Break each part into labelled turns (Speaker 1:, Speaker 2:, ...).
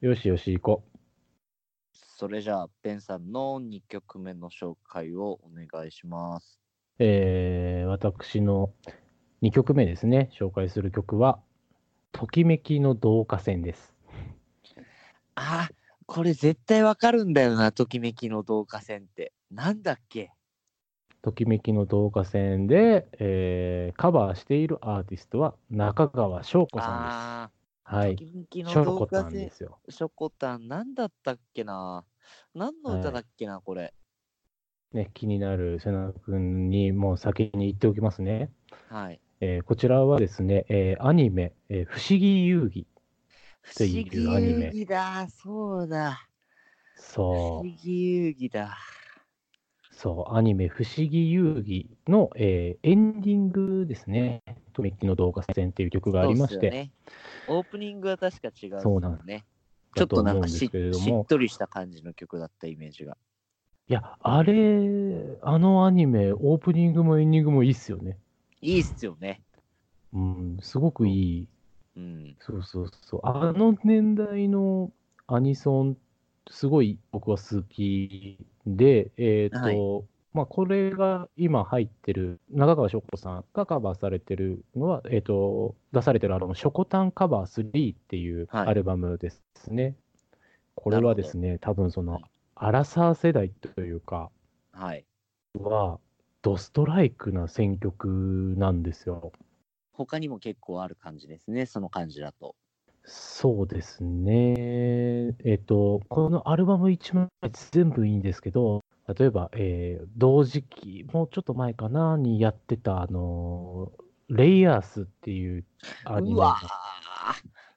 Speaker 1: よしよし、行こ
Speaker 2: それじゃあ、ベンさんの2曲目の紹介をお願いします。
Speaker 1: う。えー、私の2曲目ですね、紹介する曲は、ときめきの導火線です。
Speaker 2: あ、これ絶対わかるんだよな、ときめきの導火線って。なんだっけ
Speaker 1: ときめきの導火線で、えーカバーしているアーティストは中川翔子さん
Speaker 2: あ
Speaker 1: です。
Speaker 2: あ
Speaker 1: は
Speaker 2: ー、
Speaker 1: い
Speaker 2: と。きめきの
Speaker 1: 翔子
Speaker 2: 導
Speaker 1: さん
Speaker 2: 火
Speaker 1: で
Speaker 2: 線、
Speaker 1: すよ。
Speaker 2: しょこたん、なんだったっけな何の歌だっけな、これ。
Speaker 1: ね、気になる瀬名君にもう先に言っておきますね。
Speaker 2: はい。
Speaker 1: えーこちらはですね、えーアニメ、えー不思議遊戯。
Speaker 2: 不
Speaker 1: て
Speaker 2: 思
Speaker 1: いう
Speaker 2: 議遊
Speaker 1: アニメ
Speaker 2: 戯だ、そうだ。不
Speaker 1: そ
Speaker 2: 思議遊戯だ。
Speaker 1: う、そう、アニメ、不思議遊戯の、えーエンディングですね。とめきの動画戦っていう曲がありまし
Speaker 2: そう
Speaker 1: て、
Speaker 2: っすよね、オープニングは確か違う、
Speaker 1: そうなん
Speaker 2: ね。ち
Speaker 1: だ
Speaker 2: ょっ
Speaker 1: と
Speaker 2: と
Speaker 1: 思
Speaker 2: な
Speaker 1: うんん
Speaker 2: か
Speaker 1: です
Speaker 2: し
Speaker 1: けれど
Speaker 2: しっ
Speaker 1: も、
Speaker 2: とりした感じの曲だったイメージが。
Speaker 1: いや、あれ、あのアニメ、オープニングもエンディングもいいっすよね。
Speaker 2: いいっすよね。
Speaker 1: うん、すごくいい。
Speaker 2: うん。
Speaker 1: そうそうそう。あの年代のアニソン、すごい僕は好きで、えっ、
Speaker 2: はい
Speaker 1: と、まあ、これが今入ってる、中川翔子さんがカバーされてるのは、えっ、と、出されてるあの、ショコタンカバー3っていう
Speaker 2: はい
Speaker 1: アルバムですね。これはですね、多分その、アラサー世代というか、
Speaker 2: はい。
Speaker 1: は、ドストライクな選曲なんですよ。
Speaker 2: 他にも結構ある感じですね、その感じだと。
Speaker 1: そうですね。えっと、このアルバム1枚全部いいんですけど、例えば、えー同時期、もうちょっと前かな、にやってた、あのーレイヤースっていうアニメ
Speaker 2: う
Speaker 1: が
Speaker 2: わ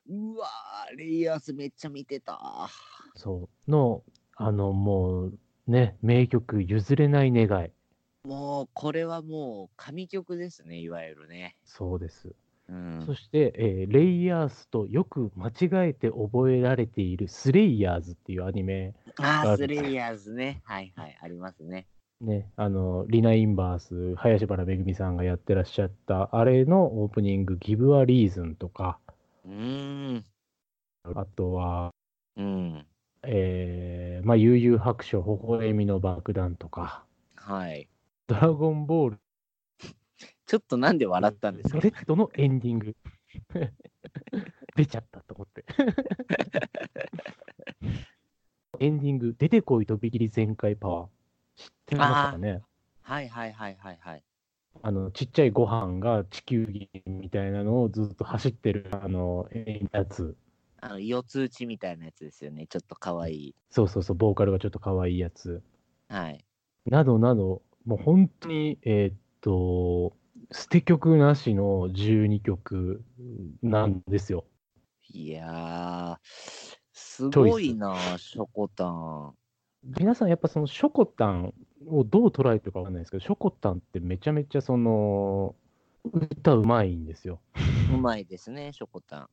Speaker 2: ーうわーレイヤースめっちゃ見てた。
Speaker 1: そうの、あの、もう、ね、名曲、譲れない願い。
Speaker 2: もう、これはもう、神曲ですね、いわゆるね。
Speaker 1: そうです。
Speaker 2: うん
Speaker 1: そ。して、えーレイヤースとよく間違えて覚えられているスレイヤーズっていうアニメ、
Speaker 2: あ
Speaker 1: あ
Speaker 2: ー、
Speaker 1: る
Speaker 2: スレイヤーズね。はいはい、ありますね。
Speaker 1: ね、あの、リナ・インバース、林原めぐみさんがやってらっしゃった、あれのオープニング、ギブ・ア・リーズンとか、
Speaker 2: うーん。
Speaker 1: あとは、
Speaker 2: うん。
Speaker 1: えー、まあ、悠々白書、微笑みの爆弾とか、
Speaker 2: はい。
Speaker 1: ドラゴンボール、
Speaker 2: ちょっとなんで笑ったんですか
Speaker 1: Z のエンディング。 出ちゃったと思 って。エンディング、出てこい、飛び切り全開パワー。知ってましたかね
Speaker 2: はいはいはいはいはい。
Speaker 1: あのちっちゃいご飯が地球儀みたいなのをずっと走ってるあのえーやつ
Speaker 2: あの、四つ打ちみたいなやつですよね。ちょっと可愛い。
Speaker 1: そうそうそうボーカルがちょっと可愛いやつ
Speaker 2: はい。
Speaker 1: などなどもう本当にえーっと捨て曲なしの12曲なんですよ
Speaker 2: いやー、すごいな、ショコタン。
Speaker 1: 皆さんやっぱそのショコタンをどう捉えてるかわかんないですけどショコタンってめちゃめちゃその歌うまいんですよ
Speaker 2: うまいですね、ショコタン。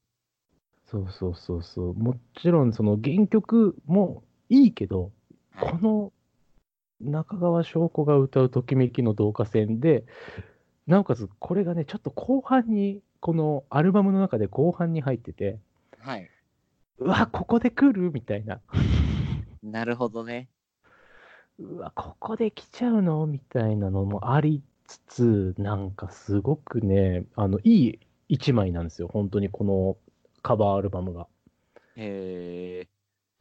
Speaker 1: そうそうそうそうもちろんその原曲もいいけど
Speaker 2: はい
Speaker 1: この中川翔子が歌うときめきの導火線で、なおかつこれがね、ちょっと後半に、このアルバムの中で後半に入ってて、
Speaker 2: はい。
Speaker 1: うわ、ここで来るみたいな、
Speaker 2: なるほどね。
Speaker 1: うわ、ここで来ちゃうのみたいなのもありつつ、なんかすごくね、あの、いい一枚なんですよ、本当にこのカバーアルバムが。
Speaker 2: へ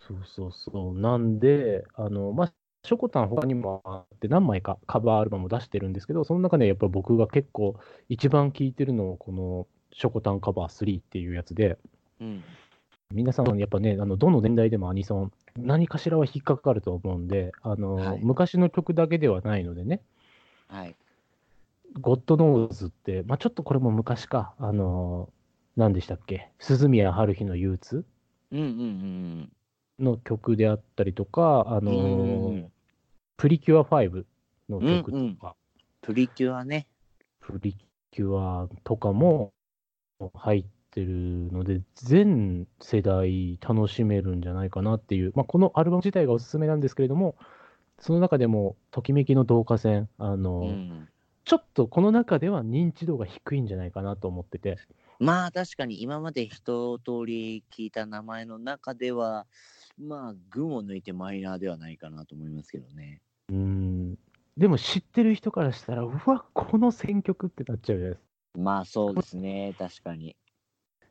Speaker 1: そうそうそう。なんで、あの、まあ、ショコタン他にもあって何枚かカバーアルバムを出してるんですけど、その中でやっぱり僕が結構一番聴いてるのはこのショコタンカバー3っていうやつで、
Speaker 2: ー。うん。
Speaker 1: 皆さんやっぱね、あのどの年代でもアニソン、何かしらは引っかかると思うんで、あの、
Speaker 2: はい
Speaker 1: 昔の曲だけではないのでね、
Speaker 2: はい。
Speaker 1: ゴッドノーズって、まあ、ちょっとこれも昔か、あの、何でしたっけ、鈴宮春日の憂鬱
Speaker 2: うんうんうん
Speaker 1: の曲であったりとか、あ
Speaker 2: うん。
Speaker 1: の
Speaker 2: うんうんうん。
Speaker 1: プリキュア5の曲とか、
Speaker 2: うんうんプリキュアね。
Speaker 1: プリキュアとかも入ってるので、全世代楽しめるんじゃないかなっていう、まあ、このアルバム自体がおすすめなんですけれども、その中でも、ときめきの導火線、あの、
Speaker 2: うん。
Speaker 1: ちょっとこの中では認知度が低いんじゃないかなと思ってて、
Speaker 2: まあ確かに今まで一通り聞いた名前の中ではまあ群を抜いてマイナーではないかなと思いますけどね。
Speaker 1: うん。でも知ってる人からしたら、うわ、この選曲ってなっちゃうじゃないですか。
Speaker 2: まあそうですね確かに。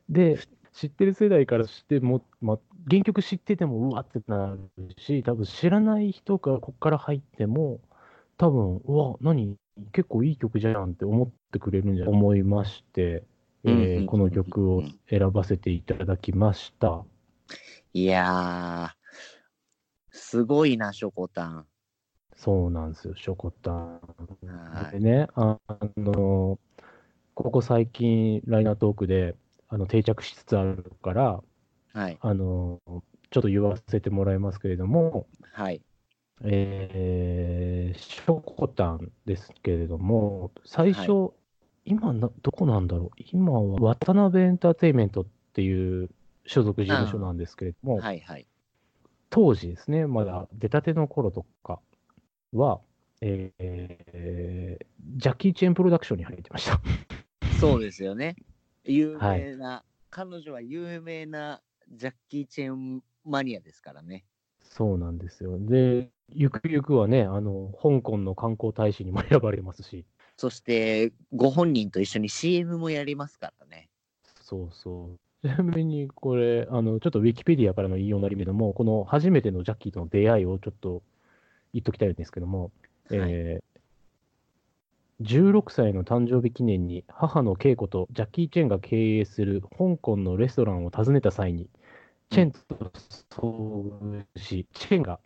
Speaker 1: で、知ってる世代からしても、まあ、原曲知ってても、うわってなるし、多分知らない人がこっから入っても、多分うわ、何、結構いい曲じゃんって思ってくれるんじゃない思いまして、え
Speaker 2: うんうんうんう
Speaker 1: ー
Speaker 2: ん
Speaker 1: この曲を選ばせていただきました。
Speaker 2: いやーすごいなしょこたん。
Speaker 1: そうなんですよ、ショコタン。
Speaker 2: は
Speaker 1: で
Speaker 2: い
Speaker 1: ね、ああの、ここ最近、ライナートークであの定着しつつあるから、
Speaker 2: はい
Speaker 1: あの、ちょっと言わせてもらいますけれども、
Speaker 2: はい。
Speaker 1: えー、ショコタンですけれども、最初、
Speaker 2: は
Speaker 1: 今な、どこなんだろう、今は渡辺エンターテインメントっていう所属事務所なんですけれども、
Speaker 2: はいはい。
Speaker 1: 当時ですね、まだ出たての頃とかは、えージャッキー・チェンプロダクションに入ってました。
Speaker 2: そうですよね。有名な、彼女は有名なジャッキー・チェンマニアですからね。
Speaker 1: そうなんですよ。で、ゆくゆくはね、あの、香港の観光大使にも選ばれますし、
Speaker 2: そして、ご本人と一緒に CM もやりますからね。
Speaker 1: そうそう。ちなみにこれ、あの、ちょっとウィキペディアからの引用になりますけども、この初めてのジャッキーとの出会いをちょっと言っときたいんですけども、
Speaker 2: はい、
Speaker 1: えー16歳の誕生日記念に母の恵子とジャッキー・チェンが経営する香港のレストランを訪ねた際に、チェンと遭遇し、チェンが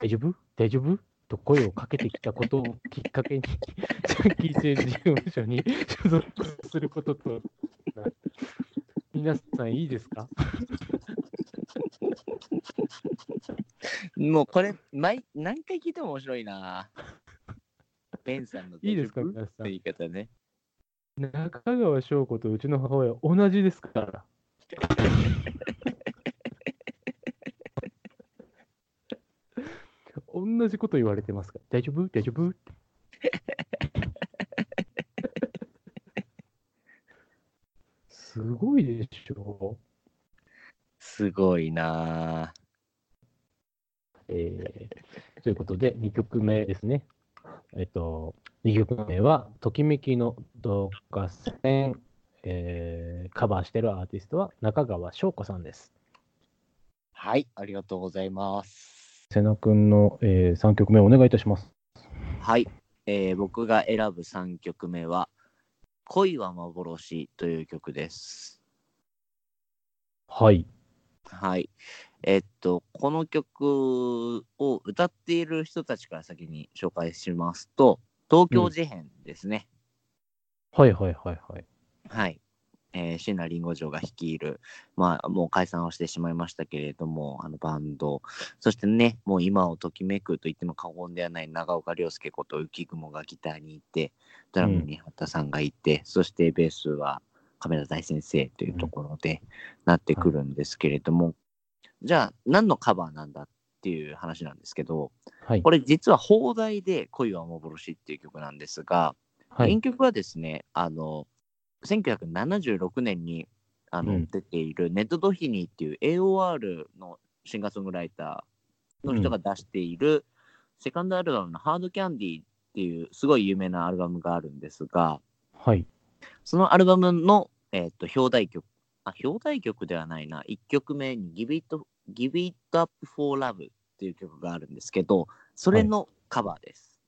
Speaker 1: 大丈夫大丈夫と声をかけてきたことをきっかけに、 ジャッキー・チェン事務所に所属することとなる皆さんいいですか
Speaker 2: もうこれ毎、何回聞いても面白いな。 ベンさんの
Speaker 1: いいですか
Speaker 2: 大丈夫
Speaker 1: 皆さ
Speaker 2: って言
Speaker 1: ん。
Speaker 2: い方ね。
Speaker 1: 中川翔子とうちの母親同じですから。同じこと言われてますから。大丈夫大丈夫ってすごいでしょ
Speaker 2: すごいな。
Speaker 1: えーということで、2曲目ですね。えっと、2曲目は、ときめきの動画線、えーカバーしてるアーティストは中川翔子さんです。
Speaker 2: はい、ありがとうございます。
Speaker 1: 瀬名くんの、え3曲目お願いいたします。
Speaker 2: はい、えー僕が選ぶ3曲目は「恋は幻」という曲です。
Speaker 1: はい。
Speaker 2: はい。えっと、この曲を歌っている人たちから先に紹介しますと、東京事変ですね。
Speaker 1: はいはいはいはい。
Speaker 2: はい。えー、椎名林檎嬢が率いる、まあ、もう解散をしてしまいましたけれども、あのバンド、そしてね、もう今をときめくと言っても過言ではない長岡亮介こと浮雲がギターにいて、ドラムに畑さんがいて、そしてベースは亀田大先生というところでなってくるんですけれども、じゃあ何のカバーなんだっていう話なんですけど、
Speaker 1: はい
Speaker 2: こ。れ実は放題で恋は幻っていう曲なんですが、
Speaker 1: はい
Speaker 2: 原。曲はですね、あの、1976年にあの、
Speaker 1: うん
Speaker 2: 出ているネット・ドヒニーっていう AOR のシンガーソングライターの人が出している、セカンドアルバムの「ハードキャンディー」っていうすごい有名なアルバムがあるんですが、
Speaker 1: はい。
Speaker 2: そのアルバムの、えー、と表題曲、あ、表題曲ではないな、1曲目に Give It, Give It Up for Love っていう曲があるんですけど、それのカバーです。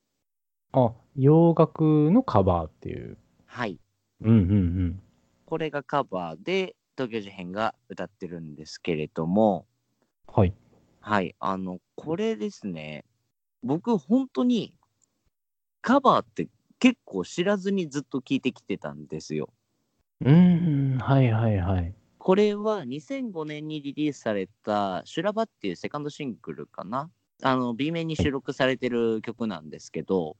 Speaker 1: あ、洋楽のカバーっていう。
Speaker 2: はい
Speaker 1: うんうんうん。
Speaker 2: これがカバーで東京事変が歌ってるんですけれども
Speaker 1: はい。
Speaker 2: はいあのこれですね僕本当にカバーって結構知らずにずっと聞いてきてたんですよ。
Speaker 1: うーん。はいはいはい。
Speaker 2: これは2005年にリリースされた「修羅場」っていうセカンドシングルかなあの B 面に収録されてる曲なんですけど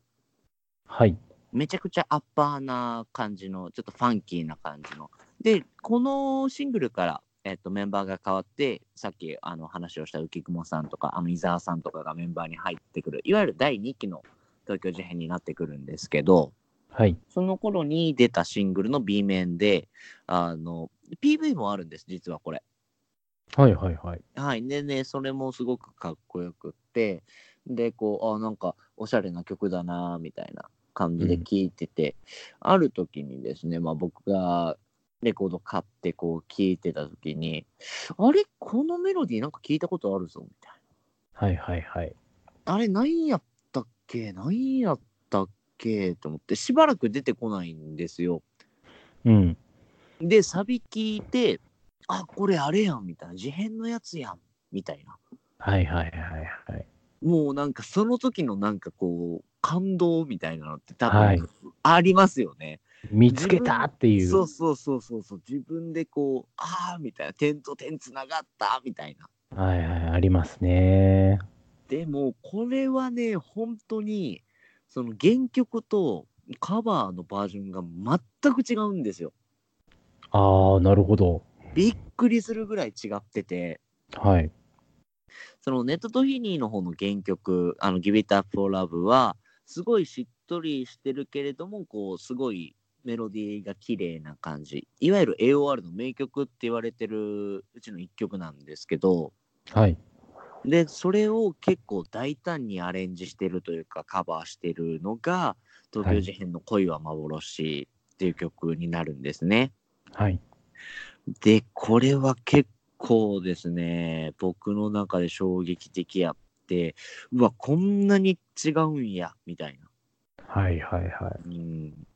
Speaker 1: はい。
Speaker 2: めちゃくちゃアッパーな感じの、ちょっとファンキーな感じの。で、このシングルから、えっと、メンバーが変わって、さっきあの話をした浮雲さんとか、あの伊沢さんとかがメンバーに入ってくる、いわゆる第2期の東京事変になってくるんですけど、
Speaker 1: はい。
Speaker 2: その頃に出たシングルの B 面で、あの、PV もあるんです、実はこれ。
Speaker 1: はいはいはい。
Speaker 2: はい。でね、それもすごくかっこよくって、で、こう、あ、なんか、おしゃれな曲だな、みたいな感じで聴いてて、ある時にですね、まあ僕がレコード買って、こう、聴いてた時に、あれこのメロディーなんか聞いたことあるぞ、みたい
Speaker 1: はいはいはい。
Speaker 2: な。あれ、何やったっけ何やったっけと思って、しばらく出てこないんですよ。
Speaker 1: うん。
Speaker 2: で、サビ聞いて、あ、これあれやん、みたいな。事変のやつやん、みたいな。
Speaker 1: はいはいはいはい。
Speaker 2: もうなんかその時のなんかこう、感動みたいなのって多
Speaker 1: はい
Speaker 2: 分ありますよね。
Speaker 1: 見つけたっていう。
Speaker 2: そうそうそうそうそう。自分でこう、ああ、みたいな。点と点つながった、みたいな。
Speaker 1: はいはい、ありますね。
Speaker 2: でも、これはね、本当に、その原曲とカバーのバージョンが全く違うんですよ。
Speaker 1: ああ、なるほど。
Speaker 2: びっくりするぐらい違ってて。
Speaker 1: はい。
Speaker 2: そのネットトヒニーの方の原曲、あの Give It Up for Love は、すごいしっとりしてるけれども、こう、すごいメロディーが綺麗な感じ。いわゆる AOR の名曲って言われてるうちの一曲なんですけど、
Speaker 1: はい。
Speaker 2: で、それを結構大胆にアレンジしてるというか、カバーしてるのが、東京事変の恋は幻っていう曲になるんですね。
Speaker 1: はい。
Speaker 2: で、これは結構ですね、僕の中で衝撃的やって、うわ、こんなに違うんや、みたいな。
Speaker 1: はいはいは
Speaker 2: うん。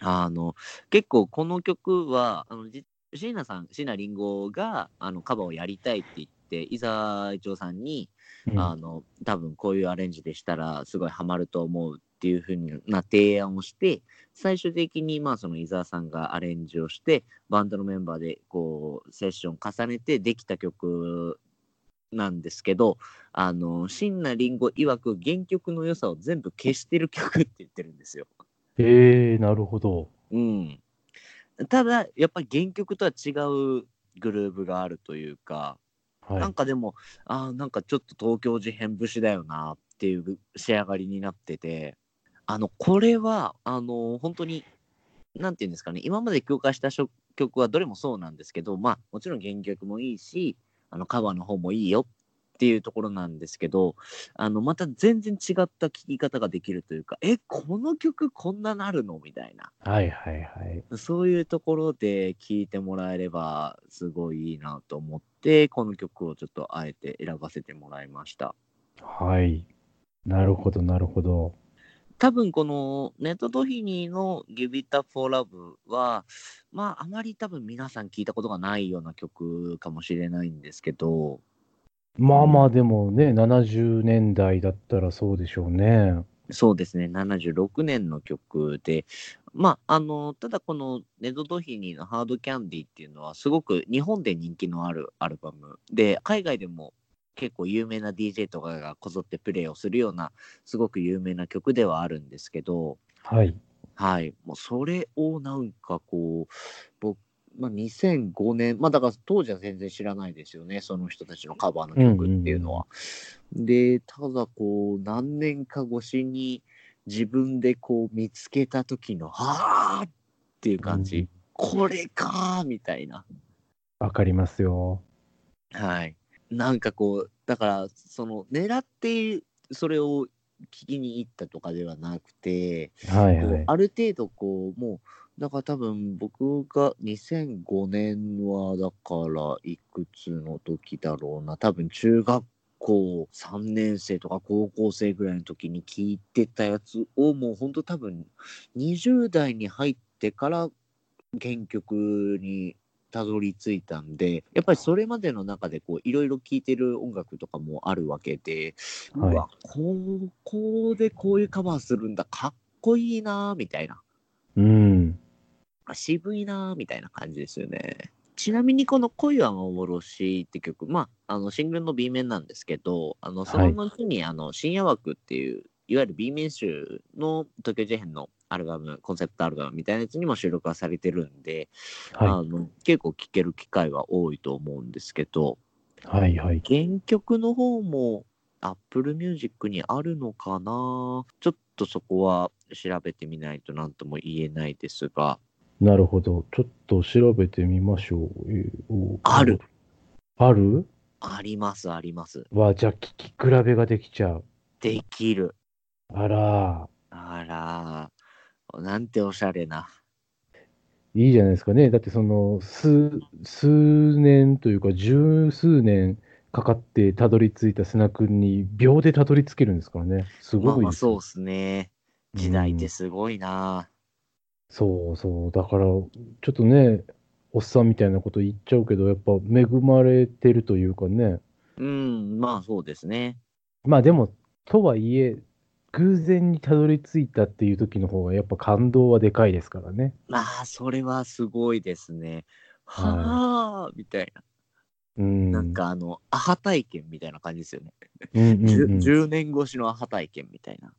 Speaker 2: あの、結構この曲は、あの、じ椎名さん、椎名林檎が、あの、カバーをやりたいって言って、伊沢一郎さんに、
Speaker 1: い。うん
Speaker 2: あの、多分こういうアレンジでしたら、すごいハマると思うっていうふうな提案をして、最終的に、まあ、その伊沢さんがアレンジをして、バンドのメンバーで、こう、セッション重ねてできた曲なんですけど、あの、椎名林檎曰く原曲の良さを全部消してる曲って言ってるんですよ。
Speaker 1: ええなるほど。
Speaker 2: うん。ただ、やっぱり原曲とは違うグルーブがあるというか、
Speaker 1: は
Speaker 2: なん
Speaker 1: い。
Speaker 2: かでも、あーなんかちょっと東京事変節だよなっていう仕上がりになってて、あの、これは、あの、本当に、なんていうんですかね、今まで強化した曲曲はどれもそうなんですけど、まあ、もちろん原曲もいいし、あの、カバーの方もいいよっていうところなんですけど、あの、また全然違った聴き方ができるというか、え、この曲こんななるのみたいな。
Speaker 1: はいはいはい。
Speaker 2: そういうところで聴いてもらえればすごいいいなと思ってこの曲をちょっとあえて選ばせてもらいました
Speaker 1: はい。なるほどなるほど。
Speaker 2: 多分このネットドヒニーの Give It Up for Love はまああまり多分皆さん聞いたことがないような曲かもしれないんですけど
Speaker 1: まあまあでもね、70年代だったらそうでしょうね。
Speaker 2: そうですね、76年の曲で、まあ、あの、ただこのネドドヒニーのハードキャンディっていうのは、すごく日本で人気のあるアルバムで、海外でも結構有名な DJ とかがこぞってプレイをするような、すごく有名な曲ではあるんですけど、
Speaker 1: はい。
Speaker 2: はい、もうそれをなんかこう、僕、まあ、2005年、まあだから当時は全然知らないですよね、その人たちのカバーの曲っていうのは。で、ただこう、何年か越しに自分でこう見つけた時の、はあっていう感じ、
Speaker 1: うん
Speaker 2: これかーみたいな。
Speaker 1: わかりますよ。
Speaker 2: はい。なんかこう、だから、その、狙ってそれを聞きに行ったとかではなくて、
Speaker 1: はい
Speaker 2: こう
Speaker 1: はい。
Speaker 2: ある程度こうもうだから多分僕が2005年はだからいくつの時だろうな多分中学校3年生とか高校生ぐらいの時に聞いてたやつをもうほんと多分20代に入ってから原曲にたどり着いたんでやっぱりそれまでの中でこういろいろ聴いてる音楽とかもあるわけで、
Speaker 1: はいう
Speaker 2: わここでこういうカバーするんだかっこいいなーみたいな
Speaker 1: うん。
Speaker 2: あ渋いなーみたいな感じですよねちなみにこの「恋は幻」って曲まああのシングルの B 面なんですけどあのその後に、あの深夜枠っていういわゆる B 面集の東京事変のアルバムコンセプトアルバムみたいなやつにも収録はされてるんで、
Speaker 1: は
Speaker 2: あの結構聴ける機会は多いと思うんですけど
Speaker 1: い。はいはい。
Speaker 2: 原曲の方も Apple Music にあるのかなちょっとそこは調べてみないと何とも言えないですが、
Speaker 1: なるほど。ちょっと調べてみましょう。えーお
Speaker 2: ある。
Speaker 1: ある
Speaker 2: ありますあります。
Speaker 1: わ、じゃあ聞き比べができちゃう。
Speaker 2: できる。
Speaker 1: あら、
Speaker 2: あら、なんておしゃれな。
Speaker 1: いいじゃないですかね。だってその、数、数年というか、十数年かかってたどり着いたスナ君に秒でたどり着けるんですからね。す
Speaker 2: まあ
Speaker 1: ごい
Speaker 2: まあ
Speaker 1: です。
Speaker 2: そうですね。時代って
Speaker 1: うん
Speaker 2: すごいな。
Speaker 1: そうそう。だから、ちょっとね、おっさんみたいなこと言っちゃうけど、やっぱ恵まれてるというかね。
Speaker 2: うん、まあそうですね。
Speaker 1: まあでも、とはいえ、偶然にたどり着いたっていう時の方が、やっぱ感動はでかいですからね。
Speaker 2: まあそれはすごいですね。
Speaker 1: はい
Speaker 2: はあ、みたい
Speaker 1: うん。
Speaker 2: な。なん、かあの、アハ体験みたいな感じですよね。
Speaker 1: うんうん
Speaker 2: じゅ
Speaker 1: うん、
Speaker 2: 10年越しのアハ体験みたいな。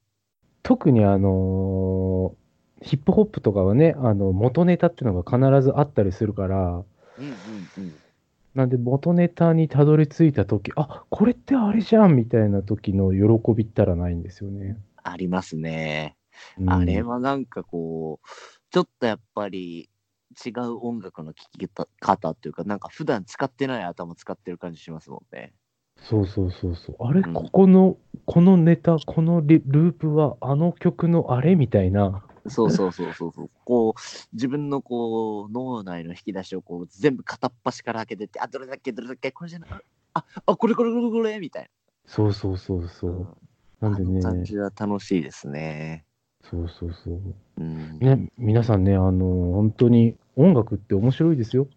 Speaker 1: 特にあのーヒップホップとかはね、あの元ネタっていうのが必ずあったりするから、
Speaker 2: うんうんうん。
Speaker 1: なんで元ネタにたどり着いた時あこれってあれじゃんみたいな時の喜びったらないんですよね。
Speaker 2: ありますね。
Speaker 1: うん
Speaker 2: あれはなんかこう、ちょっとやっぱり違う音楽の聴き方っていうか、なんか普段使ってない頭使ってる感じしますもんね。
Speaker 1: そうそうそうそう。あれ、
Speaker 2: うん
Speaker 1: ここの、このネタ、このリループは、あの曲のあれみたいな。
Speaker 2: そうそうそうそうそう。こう、自分のこう、脳内の引き出しをこう、全部片っ端から開けてって、あ、どれだっけ、どれだっけ、これじゃない、あ、あ、これこれこれこれ、みたい
Speaker 1: そうそうそうそ
Speaker 2: な。
Speaker 1: う。な
Speaker 2: う
Speaker 1: んで
Speaker 2: ん、あの感
Speaker 1: ね、
Speaker 2: じは楽しいですね。
Speaker 1: そうそうそう。
Speaker 2: うん。
Speaker 1: ね、皆さんね、あの、本当に音楽って面白いですよ。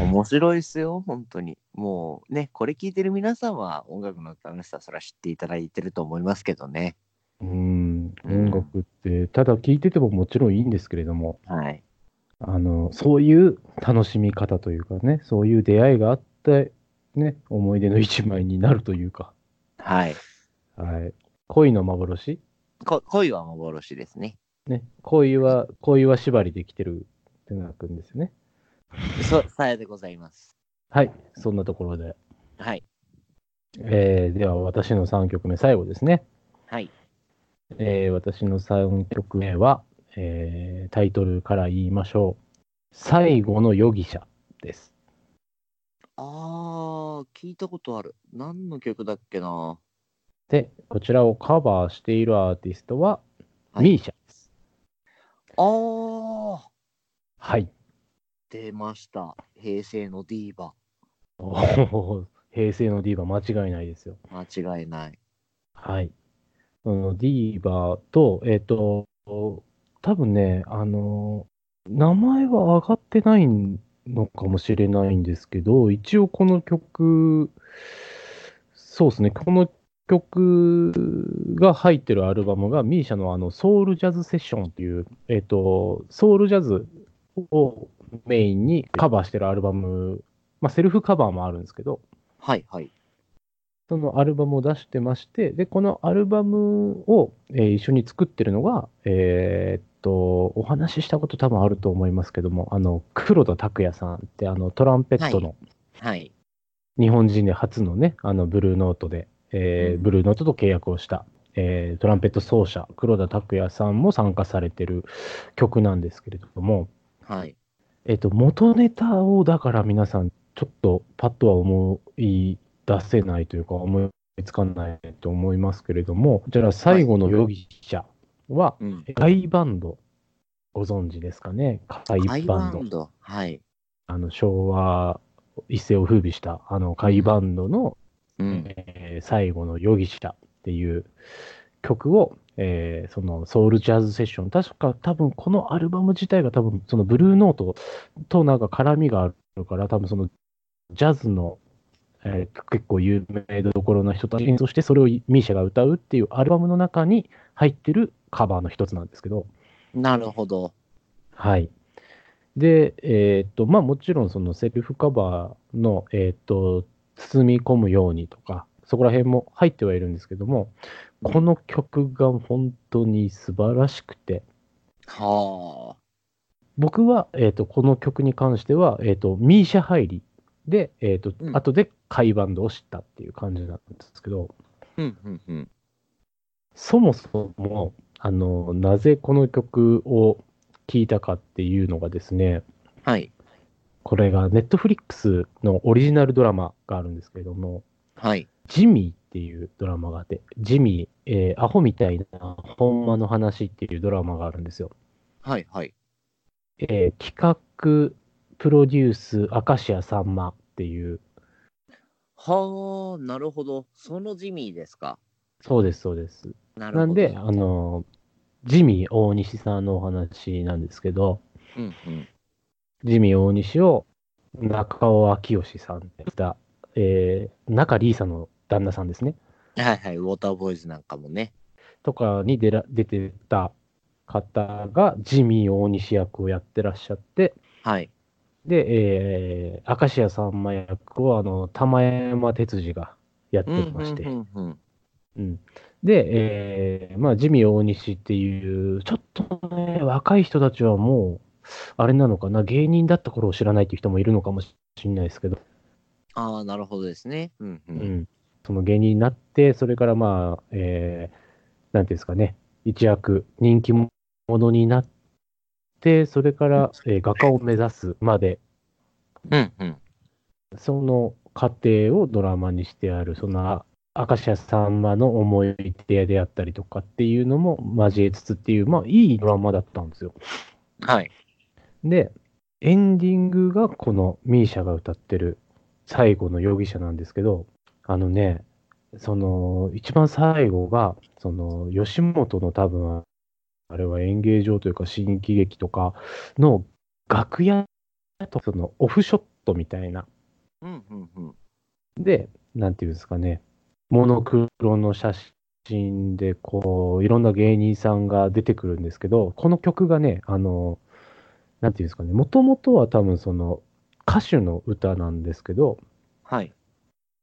Speaker 2: 面白いですよ、本当に。もうね、これ聞いてる皆さんは音楽の楽しさ、それは知っていただいてると思いますけどね。
Speaker 1: うん、
Speaker 2: うん
Speaker 1: 音楽って、ただ聴いててももちろんいいんですけれども、
Speaker 2: はい。
Speaker 1: あの、そういう楽しみ方というかね、そういう出会いがあって、ね、思い出の一枚になるというか、
Speaker 2: はい。
Speaker 1: はい。恋の幻
Speaker 2: こ恋は幻ですね。
Speaker 1: ね、恋は、恋は縛りできてるってなくんですよね。
Speaker 2: そ、さやでございます。
Speaker 1: はい、そんなところで。
Speaker 2: はい。
Speaker 1: えーでは、私の3曲目、最後ですね。
Speaker 2: はい。
Speaker 1: えー私の3曲目は、えータイトルから言いましょう。最後の容疑者です。
Speaker 2: あー、聞いたことある。何の曲だっけな。
Speaker 1: で、こちらをカバーしているアーティストは、
Speaker 2: はい
Speaker 1: ミーシャです。
Speaker 2: あー、
Speaker 1: はい。
Speaker 2: 出ました。平成のディーバ。
Speaker 1: おー平成のディーバー間違いないですよ。
Speaker 2: 間違いない。
Speaker 1: はい。そのディーバーと、えっ、と、多分ね、あの、名前は上がってないのかもしれないんですけど、一応この曲、そうですね、この曲が入ってるアルバムが、ミーシャのあのソウルジャズセッションという、えっ、と、ソウルジャズをメインにカバーしてるアルバム、まあ、セルフカバーもあるんですけど、
Speaker 2: はい、はい。
Speaker 1: そのアルバムを出してまして、で、このアルバムを、えー一緒に作ってるのが、えーっと、お話ししたこと多分あると思いますけども、あの、黒田拓也さんって、あの、トランペットの
Speaker 2: はい。
Speaker 1: 日本人で初のね、あの、ブルーノートで、えー
Speaker 2: うん
Speaker 1: ブルーノートと契約をした、えートランペット奏者、黒田拓也さんも参加されてる曲なんですけれども、
Speaker 2: はい。
Speaker 1: えっと、元ネタをだから皆さん、ちょっとパッとは思い出せないというか、思いつかないと思いますけれども、じゃあ最後の容疑者は、
Speaker 2: うん。
Speaker 1: ガイバンド、ご存知ですかね、カ
Speaker 2: ハ
Speaker 1: イ
Speaker 2: イ
Speaker 1: バ
Speaker 2: バ
Speaker 1: ンド、
Speaker 2: ンド。はい。
Speaker 1: あの昭和一世を風靡した、あのカイバンドの、
Speaker 2: うん。
Speaker 1: えー最後の容疑者っていう曲を、えーそのソウルジャズセッション、確か多分このアルバム自体が多分そのブルーノートとなんか絡みがあるから、多分そのジャズの、えー結構有名どころの人たちに、そしてそれをミーシャが歌うっていうアルバムの中に入ってるカバーの一つなんですけど、
Speaker 2: なるほど。
Speaker 1: はい。で、えーっと、まあもちろんそのセルフカバーの、えーっと、包み込むようにとか、そこら辺も入ってはいるんですけども、この曲が本当に素晴らしくて、
Speaker 2: は
Speaker 1: 僕は、えーっと、この曲に関しては、えーっと、ミーシャ入りで、えーっと
Speaker 2: う、ん
Speaker 1: 後で解バンドを知ったっていう感じなんですけど、
Speaker 2: あ。うん、うん、うん。
Speaker 1: そもそも、あの、なぜこの曲を聴いたかっていうのがですね、
Speaker 2: はい。
Speaker 1: これがネットフリックスのオリジナルドラマがあるんですけれども、
Speaker 2: はい。
Speaker 1: ジミーっていうドラマがあって、ジミー、えーアホみたいなほんまの話っていうドラマがあるんですよ。
Speaker 2: はい。はい。
Speaker 1: えー企画、プロデュース、明石家さんまっていう、
Speaker 2: はあ、なるほど。そのジミーですか。
Speaker 1: そうです、そうです。
Speaker 2: なるほ
Speaker 1: な
Speaker 2: ど。
Speaker 1: んで、あの、ジミー大西さんのお話なんですけど、
Speaker 2: うんうん。
Speaker 1: ジミー大西を中尾明義さんってやった、えー中里依さんの旦那さんですね、
Speaker 2: はいはい。ウォーターボーイズなんかもね。
Speaker 1: とかに出ら出てた方がジミー大西役をやってらっしゃって、
Speaker 2: はい。
Speaker 1: で、えー、明石家さんま役をあの玉山哲司がやってまして、
Speaker 2: うんうんうん
Speaker 1: うんで、えーまあ、ジミー大西っていう、ちょっとね、若い人たちはもう、あれなのかな、芸人だった頃を知らないっていう人もいるのかもしれないですけど、
Speaker 2: ああ、なるほどですね。うん
Speaker 1: う
Speaker 2: う。
Speaker 1: んん、その芸人になって、それからまあ、えー、なんていうんですかね、一躍人気者になって、それから、えー画家を目指すまで、
Speaker 2: うんうん。
Speaker 1: その過程をドラマにしてある、その明石家さんまの思い出であったりとかっていうのも交えつつっていう、まあいいドラマだったんですよ。
Speaker 2: はい。
Speaker 1: で、エンディングがこの MISIA が歌ってる最後の容疑者なんですけど、あのね、その一番最後が、その吉本の多分、あれは演芸場というか新喜劇とかの楽屋とそのオフショットみたいな
Speaker 2: うんうんうん。
Speaker 1: で、なんていうんですかね、モノクロの写真で、こう、いろんな芸人さんが出てくるんですけど、この曲がね、あの、なんていうんですかね、もともとは多分その、歌手の歌なんですけど、
Speaker 2: はい。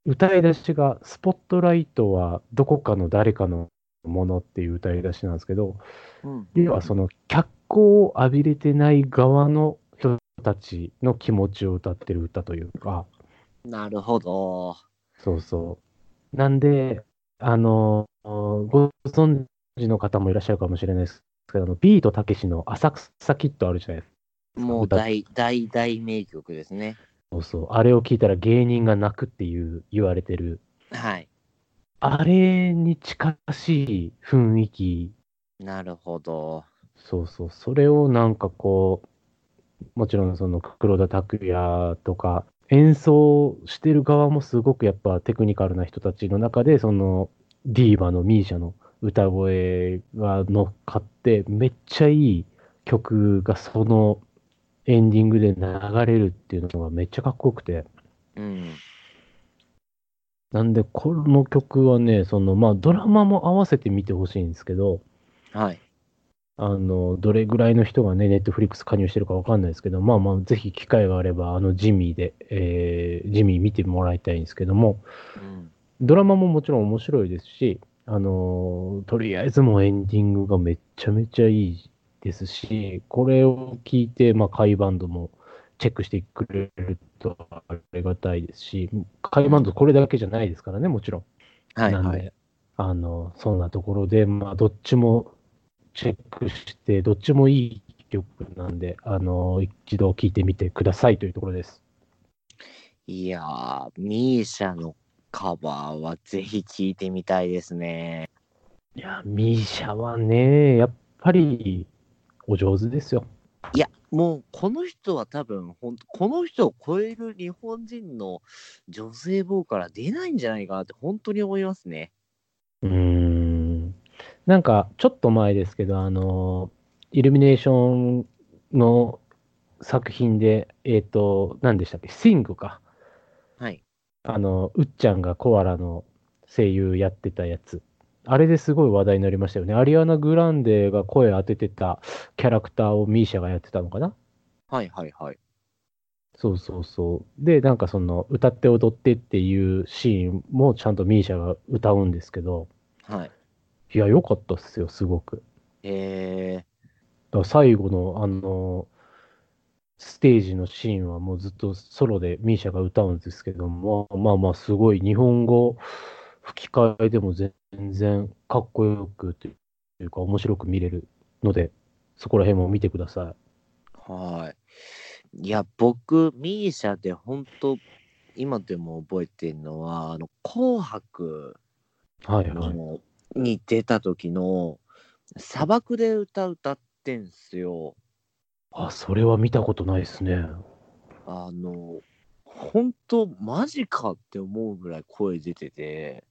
Speaker 1: 歌い出しが、スポットライトはどこかの誰かのものっていう歌い出しなんですけど、
Speaker 2: うん
Speaker 1: 要はその、脚光を浴びれてない側の人たちの気持ちを歌ってる歌というか、
Speaker 2: なるほど。
Speaker 1: そうそう。なんで、あの、ご存知の方もいらっしゃるかもしれないですけど、あのビートたけしの浅草キットあるじゃないですか。
Speaker 2: もう大、大、大名曲ですね。
Speaker 1: そうそう。あれを聞いたら芸人が泣くっていう言われてる。
Speaker 2: はい。
Speaker 1: あれに近しい雰囲気。
Speaker 2: なるほど。
Speaker 1: そうそう。それをなんかこう、もちろんその黒田拓也とか、演奏してる側もすごくやっぱテクニカルな人たちの中で、そのディーバのミーシャの歌声が乗っかって、めっちゃいい曲がそのエンディングで流れるっていうのがめっちゃかっこよくて。
Speaker 2: うん。
Speaker 1: なんで、この曲はね、そのまあドラマも合わせて見てほしいんですけど、
Speaker 2: はい。
Speaker 1: あの、どれぐらいの人がね、ネットフリックス加入してるかわかんないですけど、まあまあ、ぜひ機会があれば、あの、ジミーで、えージミー見てもらいたいんですけども、
Speaker 2: うん。
Speaker 1: ドラマももちろん面白いですし、あのーとりあえずもうエンディングがめちゃめちゃいいですし、これを聞いて、まあ、カイバンドもチェックしてくれるとありがたいですし、カイバンドこれだけじゃないですからね、もちろん。
Speaker 2: はい
Speaker 1: なんで、
Speaker 2: はい。
Speaker 1: あの、そんなところで、まあ、どっちもチェックして、どっちもいい曲なんで、あの、一度聴いてみてくださいというところです。
Speaker 2: いやー、ミーシャのカバーはぜひ聴いてみたいですね。
Speaker 1: いや、ミーシャはね、やっぱりお上手ですよ。
Speaker 2: いや、もうこの人は多分、ほんとこの人を超える日本人の女性ボーカルは出ないんじゃないかなって本当に思いますね。
Speaker 1: うーん。なんか、ちょっと前ですけど、あの、イルミネーションの作品で、えっ、と、何でしたっけ、シングか。
Speaker 2: はい。
Speaker 1: あの、うっちゃんがコアラの声優やってたやつ。あれですごい話題になりましたよね。アリアナ・グランデが声当ててたキャラクターをミーシャがやってたのかな
Speaker 2: はいはいはい。
Speaker 1: そうそうそう。で、なんかその歌って踊ってっていうシーンもちゃんとミーシャが歌うんですけど、
Speaker 2: はい。
Speaker 1: いや、良かったっすよ、すごく。
Speaker 2: え
Speaker 1: だから最後のあの、ステージのシーンはもうずっとソロでミーシャが歌うんですけども、まあまあすごい日本語吹き替えでも全然かっこよくとというか面白く見れるので、そこら辺も見てください。
Speaker 2: はい。いや、僕、ミーシャで本当、今でも覚えてるのは、あの、紅白
Speaker 1: はいはい。
Speaker 2: のに出た時の、砂漠で歌歌ってんすよ。
Speaker 1: あ、それは見たことないですね。
Speaker 2: あの、本当、マジかって思うぐらい声出てて、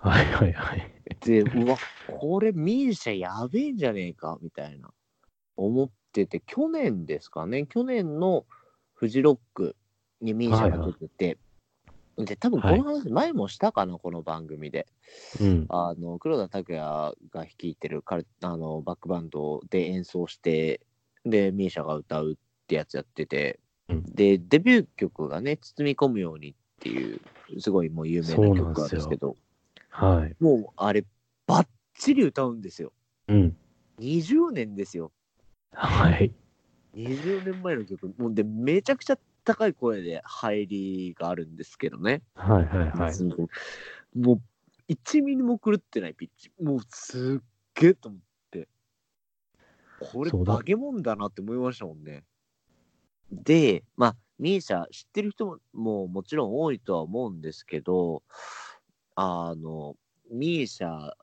Speaker 1: はいはいはい。
Speaker 2: で、うわ、これミーシャやべえんじゃねえか、みたいな、思ってて、去年ですかね、去年のフジロックにミーシャが出てて、で、多分この話、前もしたかな、この番組で。
Speaker 1: うん。
Speaker 2: あの、黒田拓也が率いてるカルあのバックバンドで演奏して、で、ミーシャが歌うってやつやってて、
Speaker 1: うん
Speaker 2: で、デビュー曲がね、包み込むようにっていう、すごいもう有名
Speaker 1: そう
Speaker 2: な
Speaker 1: なん
Speaker 2: 曲
Speaker 1: で
Speaker 2: なん
Speaker 1: すよ
Speaker 2: ですけど、
Speaker 1: はい。
Speaker 2: もうあれ、ばっちり歌うんですよ。
Speaker 1: うん。
Speaker 2: 20年ですよ。
Speaker 1: はい。
Speaker 2: 20年前の曲。もうで、めちゃくちゃ高い声で入りがあるんですけどね。
Speaker 1: はいはいはい。
Speaker 2: すごいもう、1ミリも狂ってないピッチ。もう、すっげえと思って。これ、
Speaker 1: そうだ
Speaker 2: 化け物だなって思いましたもんね。で、まあ、ミーシャ、知ってる人もももちろん多いとは思うんですけど、あの、ミーシャ、あ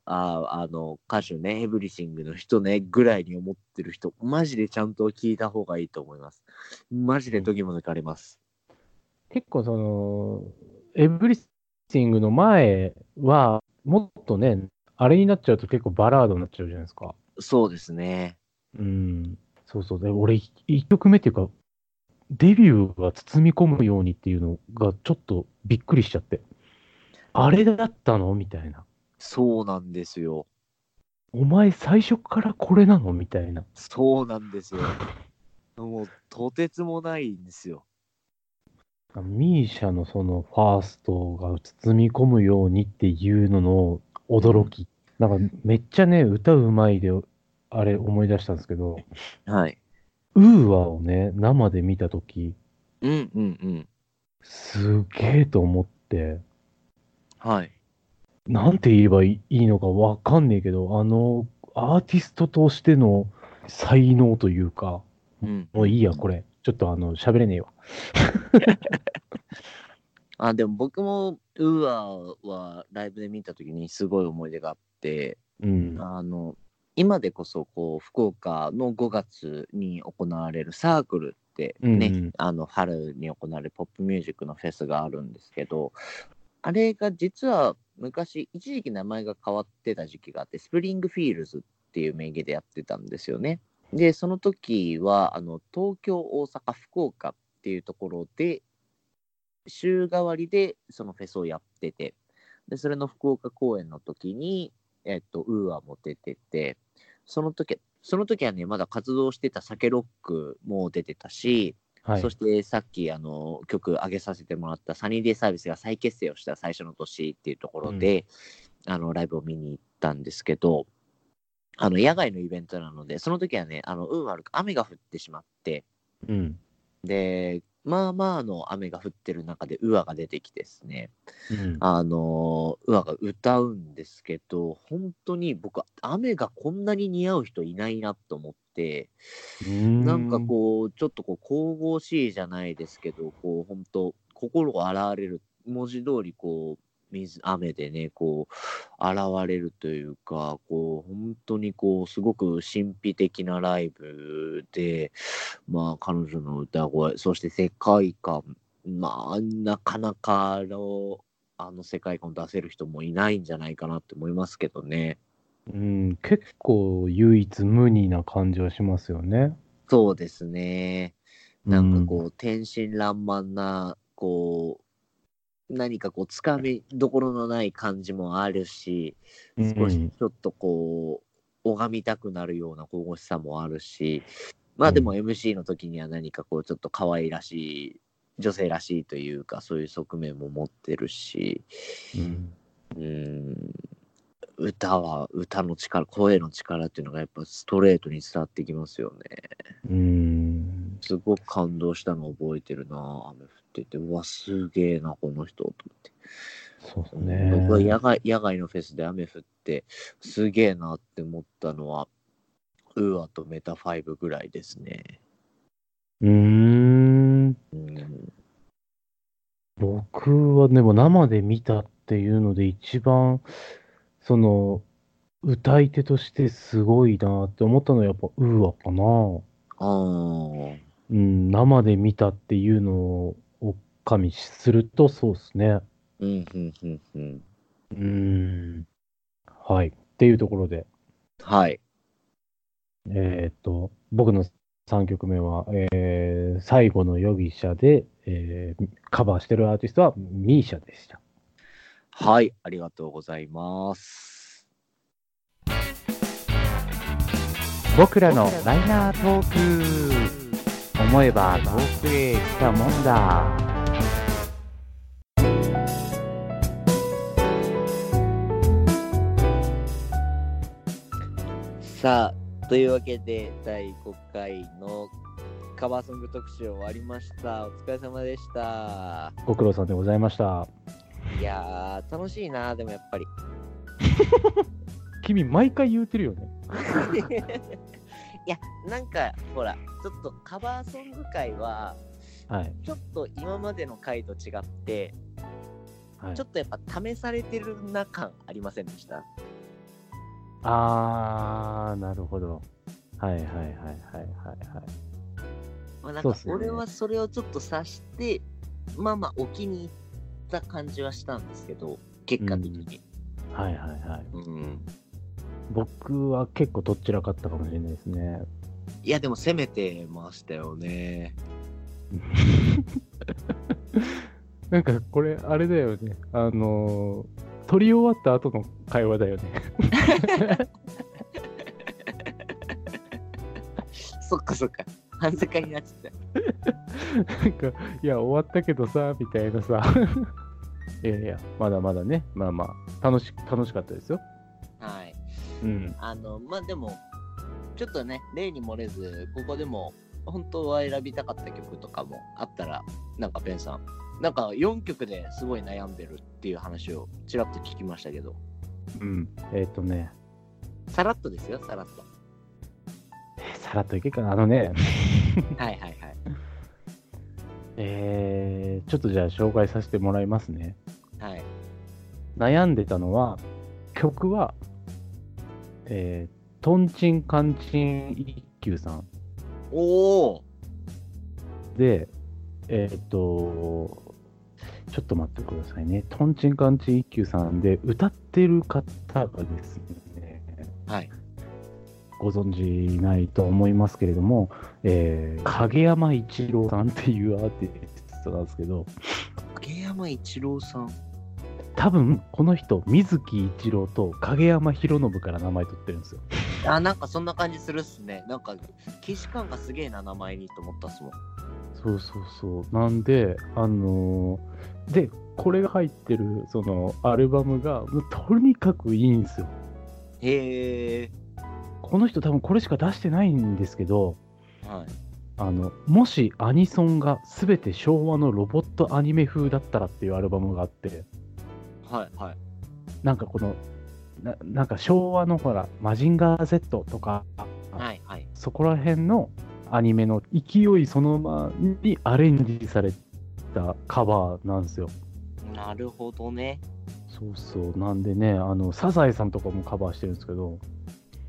Speaker 2: あの、歌手ね、エブリシングの人ね、ぐらいに思ってる人、マジでちゃんと聞いた方がいいと思います。マジで時も抜かれます。
Speaker 1: 結構その、エブリシングの前は、もっとね、あれになっちゃうと結構バラードになっちゃうじゃないですか。
Speaker 2: そうですね。
Speaker 1: うん。そうそう。で、俺、1曲目っていうか、デビューが包み込むようにっていうのがちょっとびっくりしちゃって。あれだったのみたいな。
Speaker 2: そうなんですよ。
Speaker 1: お前最初からこれなのみたいな。
Speaker 2: そうなんですよ。もう、とてつもないんですよ。
Speaker 1: ミーシャのそのファーストが包み込むようにっていうのの驚き。なんかめっちゃね、歌うまいで、あれ思い出したんですけど、
Speaker 2: はい。
Speaker 1: ウーアをね、生で見たとき、
Speaker 2: うんうんうん。
Speaker 1: すげえと思って、
Speaker 2: はい。
Speaker 1: なんて言えばいいいいのかわかんねえけど、あの、アーティストとしての才能というか、
Speaker 2: うん、
Speaker 1: もういいや、これ。ちょっとあの、喋れねえわ。
Speaker 2: あ、でも僕も、ウーアはライブで見たときにすごい思い出があって、
Speaker 1: うん。
Speaker 2: あの、今でこそ、こう、福岡の5月に行われるサークルってね、
Speaker 1: うんうん
Speaker 2: あの、春に行われるポップミュージックのフェスがあるんですけど、あれが実は昔、一時期名前が変わってた時期があって、スプリングフィールズっていう名義でやってたんですよね。で、その時は、あの、東京、大阪、福岡っていうところで、週替わりでそのフェスをやってて、で、それの福岡公演の時に、えっと、ウーアも出てて、その時、その時はね、まだ活動してたサケロックも出てたし、
Speaker 1: はい
Speaker 2: そ。してさっきあの曲上げさせてもらったサニーデイサービスが再結成をした最初の年っていうところで、あのライブを見に行ったんですけどあの野外のイベントなのでその時はねあの運悪く雨が降ってしまって
Speaker 1: うん。
Speaker 2: でまあまあの雨が降ってる中でウアが出てきてですね
Speaker 1: うん
Speaker 2: あのウアが歌うんですけど本当に僕雨がこんなに似合う人いないなと思って。なんかこう、ちょっとこう、神々しいじゃないですけど、こう、本当心が現れる、文字通り、こう、水、雨でね、こう、現れるというか、こう、本当にこう、すごく神秘的なライブで、まあ、彼女の歌声、そして世界観、まあ、なかなかの、あの世界観を出せる人もいないんじゃないかなって思いますけどね。
Speaker 1: うん、結構唯一無二な感じはしますよね。
Speaker 2: そうですね。なんかこう、天真爛漫な、こう、何かこう、つかみどころのない感じもあるし、
Speaker 1: うん、
Speaker 2: 少しちょっとこう、拝みたくなるような神々しさもあるし、まあでも MC の時には何かこう、ちょっと可愛らしい、女性らしいというか、そういう側面も持ってるし、
Speaker 1: うん
Speaker 2: うん、歌は、歌の力、声の力っていうのがやっぱストレートに伝わってきますよね。
Speaker 1: うん
Speaker 2: すごく感動したの覚えてるな雨降ってて、うわ、すげえな、この人、と思って。
Speaker 1: そうね
Speaker 2: 僕は野外野外のフェスで雨降ってすげえなって思ったのはウーアとメタファイブぐらいですね。
Speaker 1: うーん。
Speaker 2: うん、
Speaker 1: 僕はでも生で見たっていうので一番その歌い手としてすごいなって思ったのはやっぱウーアかな。
Speaker 2: あー
Speaker 1: うん、生で見たっていうのを加味するとそうですね。
Speaker 2: うんうんうんうん。
Speaker 1: うん。はい。っていうところで、
Speaker 2: はい。
Speaker 1: えーっと、僕の3曲目は、えー最後の容疑者で、えーカバーしてるアーティストは MISIA でした。
Speaker 2: はい、ありがとうございます。
Speaker 3: 僕らのライナートーク思えば遠くへ来たもんだ
Speaker 2: さあ、というわけで第5回のカバーソング特集終わりました。お疲れ様でした。
Speaker 1: ご苦労さんでございました。
Speaker 2: いやー、楽しいな、でもやっぱり。
Speaker 1: 君、毎回言うてるよね。
Speaker 2: いや、なんかほら、ちょっとカバーソング界は、
Speaker 1: はい。
Speaker 2: ちょっと今までの回と違って、
Speaker 1: はい
Speaker 2: ちょ、っとやっぱ試されてるな感ありませんでした。
Speaker 1: あー、なるほど。はいはいはいはいはい。はい
Speaker 2: まあ、なん
Speaker 1: そう
Speaker 2: か
Speaker 1: っすね
Speaker 2: 俺はそれをちょっと察して、まあまあ置きに行った感じはしたんですけど、結果的に。
Speaker 1: はいはいはい。
Speaker 2: うん
Speaker 1: 僕は結構どっちらかったかもしれないですね。
Speaker 2: いや、でも攻めてましたよね。
Speaker 1: なんかこれあれだよね。あのー、撮り終わった後の会話だよね。
Speaker 2: そっかそっか。反省会になっちゃった。
Speaker 1: なんか、いや、終わったけどさ、みたいなさ。 いやいや、まだまだね、まあまあ、楽し楽しかったですよ。
Speaker 2: はい。
Speaker 1: うん。
Speaker 2: あの、まあでも、ちょっとね、例に漏れず、ここでも、本当は選びたかった曲とかもあったら、なんかペンさん、なんか4曲ですごい悩んでるっていう話をちらっと聞きましたけど、
Speaker 1: うん。えっ、とね、
Speaker 2: さらっとですよ、さらっと。
Speaker 1: さらっといけっかな。あのね、
Speaker 2: はいはいはい。
Speaker 1: えー、ちょっとじゃあ紹介させてもらいますね。
Speaker 2: はい。
Speaker 1: 悩んでたのは、曲は、えー、トンチンカンチン一休さん。
Speaker 2: おお
Speaker 1: で、えーっと、ちょっと待ってくださいね。とんちんかんちん一休さんで歌ってる方がですね、
Speaker 2: はい。
Speaker 1: ご存知ないと思いますけれども、えー影山一郎さんっていうアーティストなんですけど、
Speaker 2: 影山一郎さん。
Speaker 1: 多分この人、水木一郎と影山博信から名前取ってるんですよ。
Speaker 2: あ、なんかそんな感じするっすね。なんか、既視感がすげえな、名前にと思ったっすもん。
Speaker 1: そうそうそう。なんで、あのーで、これが入ってるそのアルバムが、もうとにかくいいんですよ。
Speaker 2: へえ。
Speaker 1: この人多分これしか出してないんですけど
Speaker 2: はい。
Speaker 1: あのもしアニソンが全て昭和のロボットアニメ風だったらっていうアルバムがあって
Speaker 2: はいはい。
Speaker 1: なんかこのななんか昭和のほら「マジンガー Z」とか
Speaker 2: はいはい。
Speaker 1: そこら辺のアニメの勢いそのままにアレンジされたカバーなんですよ。
Speaker 2: なるほどね。
Speaker 1: そうそうなんでねあのサザエさんとかもカバーしてるんですけど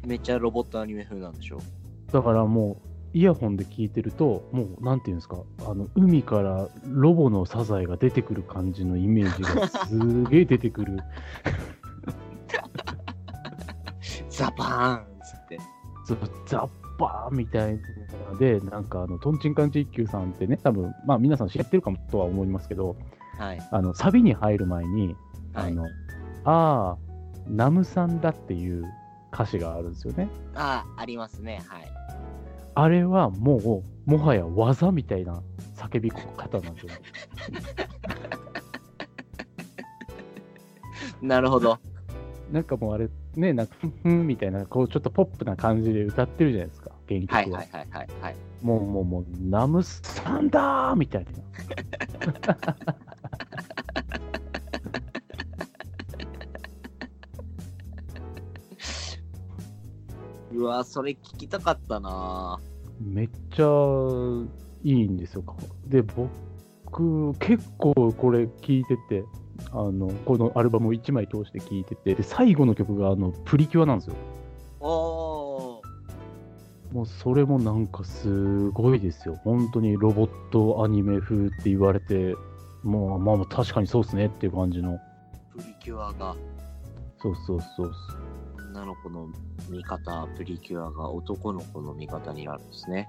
Speaker 2: めっちゃロボットアニメ風なんでしょ
Speaker 1: だからもうイヤホンで聞いてるともうなんていうんですかあの海からロボのサザエが出てくる感じのイメージがすげえ出てくる
Speaker 2: ザバーンっつって。
Speaker 1: そのザッバーみたいなのでなんかあのトンチンカンチ一休さんってね多分まあ皆さん知ってるかもとは思いますけど
Speaker 2: はい。
Speaker 1: あのサビに入る前に「
Speaker 2: は
Speaker 1: あ
Speaker 2: い、
Speaker 1: のあーナムさんだ」っていう歌詞があるんですよね。
Speaker 2: ああ、りますね。はい。
Speaker 1: あれはもうもはや技みたいな叫び方なんですよ。
Speaker 2: なるほど。
Speaker 1: なんかもうあれ、ね、なんか、ふんふんみたいな、こう、ちょっとポップな感じで歌ってるじゃないですか、原曲は。
Speaker 2: はいはいはいはい。はい、
Speaker 1: もう、もう、もう、ナムさんだーみたいな。
Speaker 2: うわ、それ聞きたかったな
Speaker 1: めっちゃいいんですよ。で、僕、結構これ聞いてて、あのこのアルバムを1枚通して聴いてて、で最後の曲があのプリキュアなんですよ。
Speaker 2: おー
Speaker 1: もうそれもなんかすごいですよ。本当にロボットアニメ風って言われて、もうまあまあ確かにそうっすねっていう感じの。
Speaker 2: プリキュアが、
Speaker 1: そうそうそう
Speaker 2: 女の子の味方、プリキュアが男の子の味方になるんですね。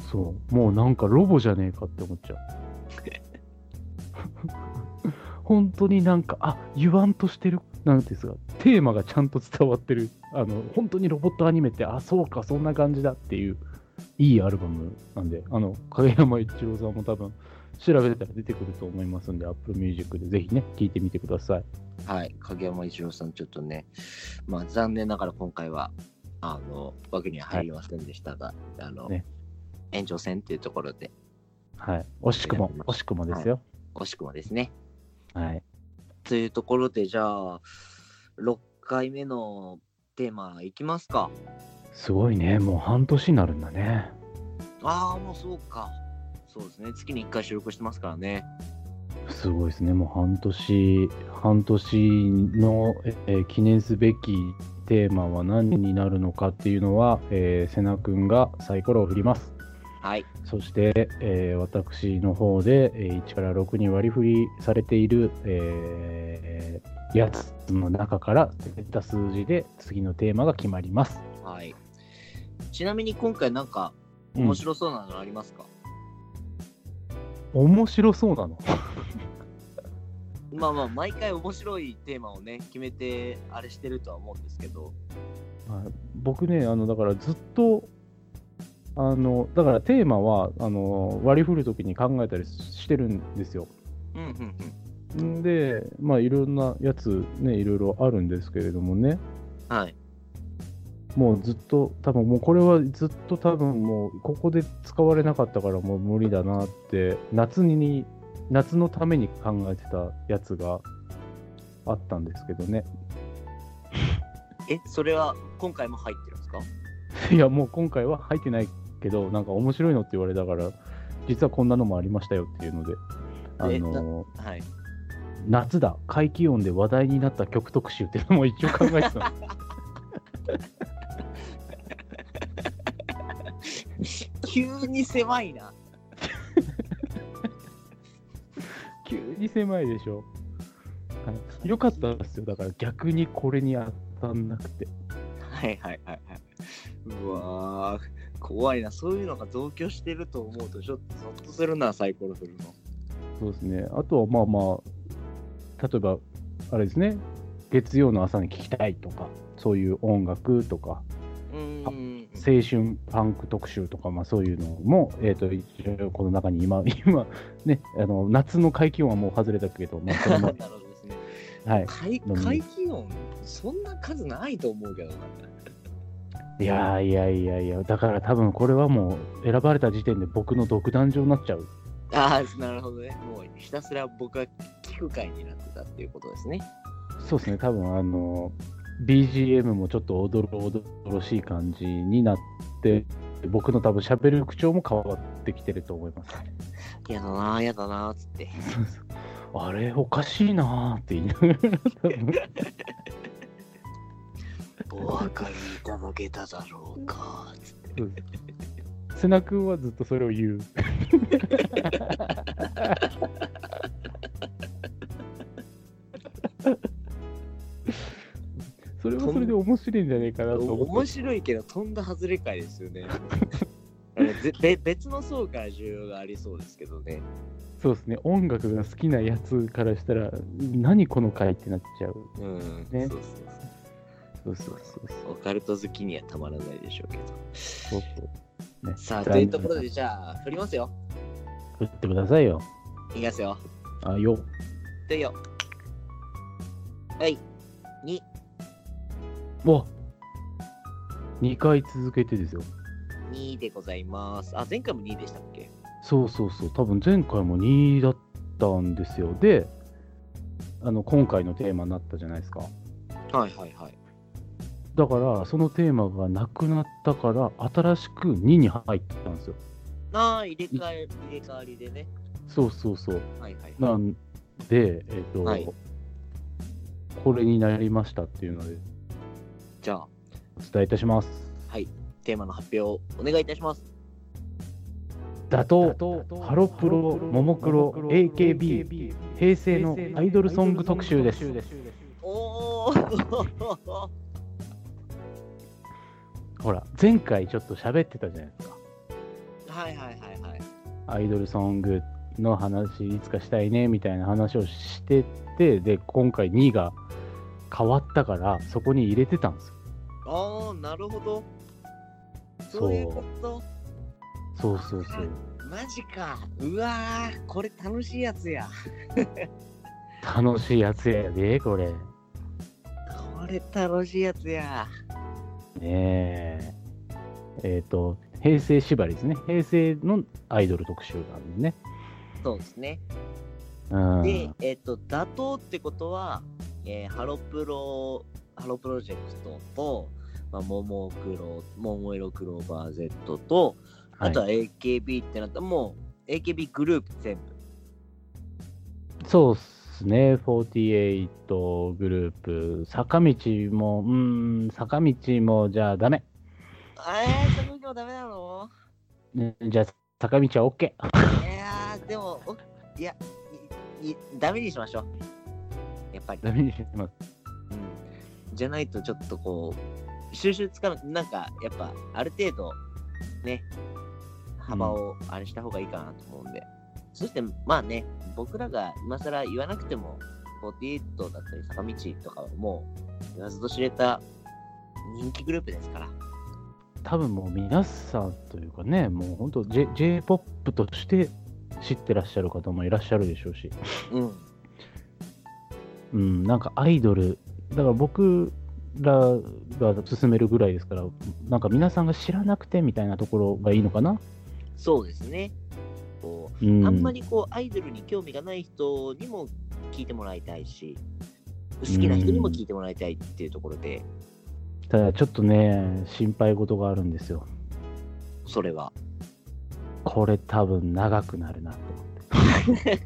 Speaker 1: そう。そう。もうなんかロボじゃねえかって思っちゃう。 本当になんか、あ言わんとしてる。なんていうんですか、テーマがちゃんと伝わってる。あの、本当にロボットアニメって、あ、そうか、そんな感じだっていう、いいアルバムなんで、あの、影山一郎さんも多分、調べてたら出てくると思いますんで、Apple Music でぜひね、聴いてみてください。
Speaker 2: はい、影山一郎さん、ちょっとね、まあ残念ながら今回は、あの、枠には入りませんでしたが、あの、
Speaker 1: ね
Speaker 2: 延長戦っていうところで、
Speaker 1: はい。惜しくも、惜しくもですよ。
Speaker 2: 惜しくもですね。
Speaker 1: はい。
Speaker 2: というところで、じゃあ、6回目のテーマいきますか。
Speaker 1: すごいね、もう半年になるんだね。
Speaker 2: ああ、もうそうか。そうですね、月に1回収録してますからね。
Speaker 1: すごいですね、もう半年、半年の、えー記念すべきテーマは何になるのかっていうのは、えー、瀬名くんがサイコロを振ります。
Speaker 2: はい、
Speaker 1: そして、えー私の方で、えー1から6に割り振りされている、えーやつの中から出た数字で次のテーマが決まります。
Speaker 2: はい。ちなみに今回なんか面白そうなのありますか、
Speaker 1: 面白そうなの
Speaker 2: まあまあ、毎回面白いテーマをね、決めてあれしてるとは思うんですけど、
Speaker 1: はい僕ね、あの、だからずっと、あの、だからテーマは、あの、割り振るときに考えたりしてるんですよ。
Speaker 2: うんうんうん。
Speaker 1: んで、まあ、いろんなやつね、いろいろあるんですけれどもね、
Speaker 2: はい。
Speaker 1: もうずっと、多分もうこれはずっと多分もう、ここで使われなかったからもう無理だなって、夏に、夏のために考えてたやつがあったんですけどね。
Speaker 2: え、それは今回も入ってるんですか
Speaker 1: いや、もう今回は入ってないけど、なんか面白いのって言われたから、実はこんなのもありましたよっていうので、あ
Speaker 2: え
Speaker 1: の
Speaker 2: はい。
Speaker 1: 夏だ、怪気音で話題になった曲特集っていうのも一応考えてたの
Speaker 2: 急に狭いな。
Speaker 1: 急に狭いでしょ。はい、よかったですよ、だから逆にこれに当たんなくて。
Speaker 2: はいはいはいはい。うわー、怖いな。そういうのが同居してると思うと、ちょっとゾッとするな、サイコロ振るの。
Speaker 1: そうですね、あとはまあまあ、例えば、あれですね、月曜の朝に聴きたいとか、そういう音楽とか、
Speaker 2: うーん。
Speaker 1: 青春パンク特集とか、まあ、そういうのも、えー、と一応この中に今、 今ね、あの夏の会気温はもう外れたけど、まあ、それ
Speaker 2: な
Speaker 1: も
Speaker 2: るほどですね。
Speaker 1: はい、
Speaker 2: 怪怪奇音、そんな数ないと思うけどな。
Speaker 1: いやーいやいやいや、だから多分これはもう選ばれた時点で僕の独壇場になっちゃう。
Speaker 2: ああ、なるほどね。もうひたすら僕は聞く会になってたっていうことですね。
Speaker 1: そうですね、多分あの BGM もちょっとおどろおどろしい感じになって、僕の多分喋る口調も変わってきてると思います。
Speaker 2: やだなー、やだなーっつって。
Speaker 1: あれ、おかしいなーって言いながら多分
Speaker 2: お分かりいただけただろうかーっつって。
Speaker 1: 瀬名君はずっとそれを言う。それはそれで面白いんじゃねえかなと思っ
Speaker 2: 面
Speaker 1: て。
Speaker 2: 白いけど、飛んだ外れ会ですよね。あのぜべ別の層から需要がありそうですけどね。
Speaker 1: そうですね、音楽が好きなやつからしたら、何この回ってなっちゃう。
Speaker 2: うん。
Speaker 1: ね
Speaker 2: そ
Speaker 1: そうそう
Speaker 2: うそう
Speaker 1: そう
Speaker 2: そう。オカルト好きにはたまらないでしょうけど。
Speaker 1: そうそう。ね、
Speaker 2: さあ、
Speaker 1: じゃ
Speaker 2: というところで、じゃあ、振りますよ。
Speaker 1: 振ってくださいよ。
Speaker 2: いきますよ。
Speaker 1: あ、よ。
Speaker 2: でよ。はい。2。
Speaker 1: わ2回続けてですよ。
Speaker 2: 2でございます。あ、前回も2でしたっけ
Speaker 1: そうそうそう、多分前回も2だったんですよ。で、あの今回のテーマになったじゃないですか。
Speaker 2: はいはいはい。
Speaker 1: だからそのテーマがなくなったから新しく2に入ったんですよ
Speaker 2: ああ、入れ替え、入れ替わりでね。
Speaker 1: そうそうそう
Speaker 2: はいはい。
Speaker 1: なんでえっ、と、
Speaker 2: はい
Speaker 1: これになりましたっていうので
Speaker 2: じゃあ、
Speaker 1: お伝えいたします
Speaker 2: テーマの発表をお願いいたします。
Speaker 1: 打倒ハロプロももクロ AKB 平成のアイドルソング特集です
Speaker 2: おー
Speaker 1: ほら前回ちょっと喋ってたじゃないですか
Speaker 2: はいはいはいはい。
Speaker 1: アイドルソングの話いつかしたいねみたいな話をしててで今回2が変わったからそこに入れてたんですよ
Speaker 2: ああ、なるほど。
Speaker 1: そう
Speaker 2: そういうこと
Speaker 1: そうそうそう
Speaker 2: マジか。うわー、これ楽しいやつや。
Speaker 1: 楽しいやつやでこれ
Speaker 2: これ楽しいやつや。
Speaker 1: ねええっ、と平成縛りですね平成のアイドル特集なんでね
Speaker 2: そうですね。
Speaker 1: うん
Speaker 2: で、えっ、と、打倒ってことは、えーハロプロ、ハロプロジェクトと、まあ、ももクロ、ももいろクローバー Z と、あとは AKB ってなったら、もう AKB グループ全部。
Speaker 1: そうっすね、48グループ、坂道も、うーん、坂道もじゃあダメ。
Speaker 2: えー、その今日ダメなの
Speaker 1: ねじゃあ坂道は OK。
Speaker 2: いやー、でも、おいや、いいダメにしましょう。やっぱり。
Speaker 1: ダメにします。
Speaker 2: うん、じゃないとちょっとこう収集つかなくなんかやっぱある程度ね幅をあれした方がいいかなと思うんで、そしてまあね僕らが今更言わなくても48だったり坂道とかはもう言わずと知れた人気グループですから
Speaker 1: 多分もう皆さんというかね、もう本当 J- J-POP として知ってらっしゃる方もいらっしゃるでしょうし、
Speaker 2: うん
Speaker 1: うん、なんかアイドル、だから僕らが進めるぐらいですから、なんか皆さんが知らなくてみたいなところがいいのかな。
Speaker 2: そうですねこ
Speaker 1: う、
Speaker 2: うんあんまりこうアイドルに興味がない人にも聞いてもらいたいし好きな人にも聞いてもらいたいっていうところで、
Speaker 1: ただちょっとね、心配事があるんですよ。
Speaker 2: それは
Speaker 1: これ多分長くなるなと思って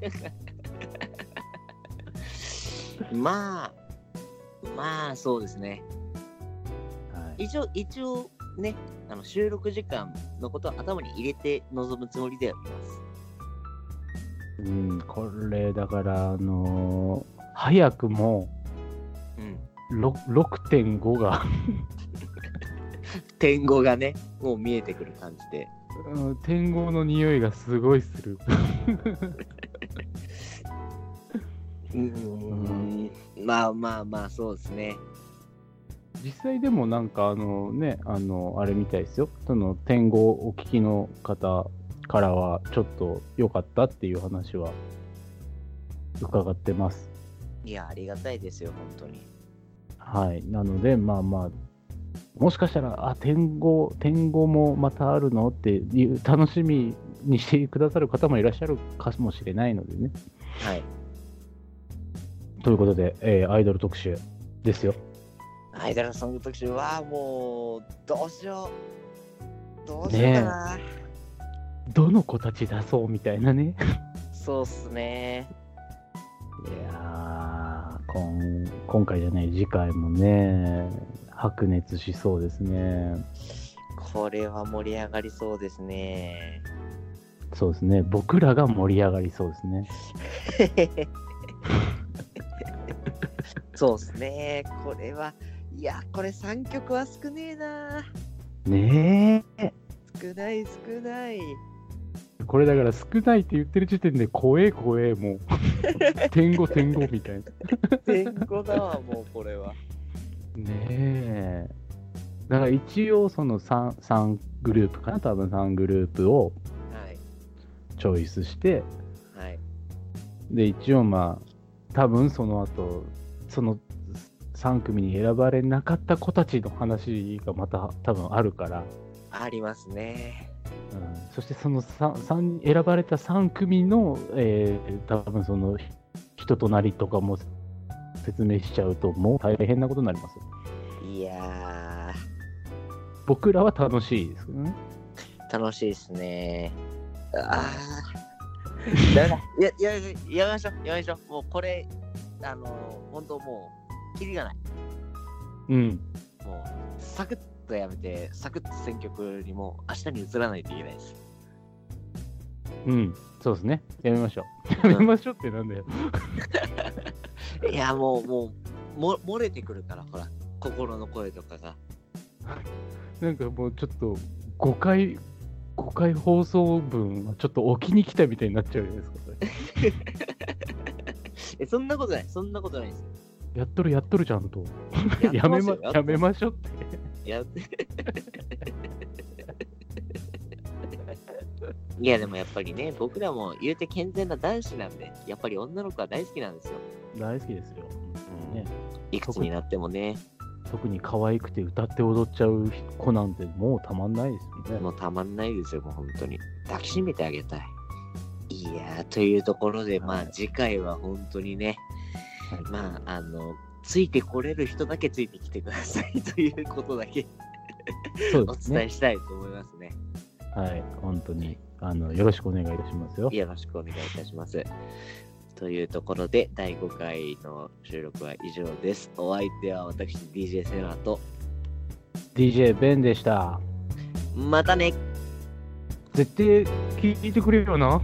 Speaker 2: まあ、まあそうですね。
Speaker 1: はい、
Speaker 2: 一応、一応ね、あの収録時間のことは頭に入れて臨むつもりではいます。
Speaker 1: うん、これだからあのー早くも
Speaker 2: うん。
Speaker 1: ろ6.5が
Speaker 2: 点語がね、もう見えてくる感じで。
Speaker 1: うん天候の匂いがすごいする
Speaker 2: うん。まあまあまあ、そうですね。
Speaker 1: 実際でもなんかあのねあのあれみたいですよその天候お聞きの方からはちょっと良かったっていう話は伺ってます
Speaker 2: いや、ありがたいですよ、本当に。
Speaker 1: はい、なので、まあまあ、もしかしたら、あ、天狗、天狗もまたあるのっていう楽しみにしてくださる方もいらっしゃるかもしれないのでね。
Speaker 2: はい。
Speaker 1: ということで、えーアイドル特集ですよ。
Speaker 2: アイドルソング特集はもう、どうしよう。どうしようかな。
Speaker 1: どの子たち出そうみたいなね。
Speaker 2: そうっすね。
Speaker 1: いやー、こん今回じゃない、次回もね、白熱しそうですね。
Speaker 2: これは盛り上がりそうですね。
Speaker 1: そうですね、僕らが盛り上がりそうですね。
Speaker 2: そうですね。これは、いや、これ3曲は少ねえな。
Speaker 1: ねえ。
Speaker 2: 少ない少ない。
Speaker 1: これだから少ないって言ってる時点で怖え怖え もう天狗天狗みたいな
Speaker 2: 全語だわ、もうこれは。
Speaker 1: ねえだから一応その 3, 3グループかな多分3グループを
Speaker 2: はい。
Speaker 1: チョイスして
Speaker 2: はい。
Speaker 1: で一応まあ多分その後その3組に選ばれなかった子たちの話がまた多分あるから、
Speaker 2: ありますね。
Speaker 1: うん、そしてその 3, 3選ばれた3組の、えー多分その人となりとかも説明しちゃうともう大変なことになりますよ
Speaker 2: いいや
Speaker 1: 僕らは楽しいですけどね。
Speaker 2: ー、楽しいですね。あー。だめだ。いや、やめ、やめましょう。やめましょう。もうこれ、あのー、本当もう、キリがない。
Speaker 1: うん。
Speaker 2: もう、サクッとやめて、サクッと選曲にもう明日に移らないといけないです。
Speaker 1: うん。そうですね。やめましょう。 やめましょうってなんだよ。
Speaker 2: いや、もう、もう、も漏れてくるから、ほら、心の声とかが。
Speaker 1: なんかもうちょっと5回、5回放送分はちょっと置きに来たみたいになっちゃうじゃないですか、それ
Speaker 2: え、そんなことない、そんなことないです。
Speaker 1: やっとるやっとるちゃんと。やめま、やめましょうって。
Speaker 2: やいやでもやっぱりね僕らも言うて健全な男子なんでやっぱり女の子は大好きなんですよ、
Speaker 1: 大好きですよ。ね
Speaker 2: いくつになってもね
Speaker 1: 特に可愛くて歌って踊っちゃう子なんてもうたまんないですよね。
Speaker 2: もうたまんないですよもう本当に抱きしめてあげたいいやーというところで
Speaker 1: は
Speaker 2: まあ
Speaker 1: い
Speaker 2: 次回は本当にね、
Speaker 1: はい
Speaker 2: まああのついてこれる人だけついてきてくださいということだけ
Speaker 1: そう
Speaker 2: お
Speaker 1: です
Speaker 2: 伝
Speaker 1: ね
Speaker 2: え。したいと思いますね
Speaker 1: はい。本当に、あの、よろしくお願いいたしますよ。
Speaker 2: よろしくお願いいたします。というところで、第5回の収録は以上です。お相手は私、DJ セナと、
Speaker 1: DJ ベンでした。
Speaker 2: またね
Speaker 1: 絶対聞いてくれるよな。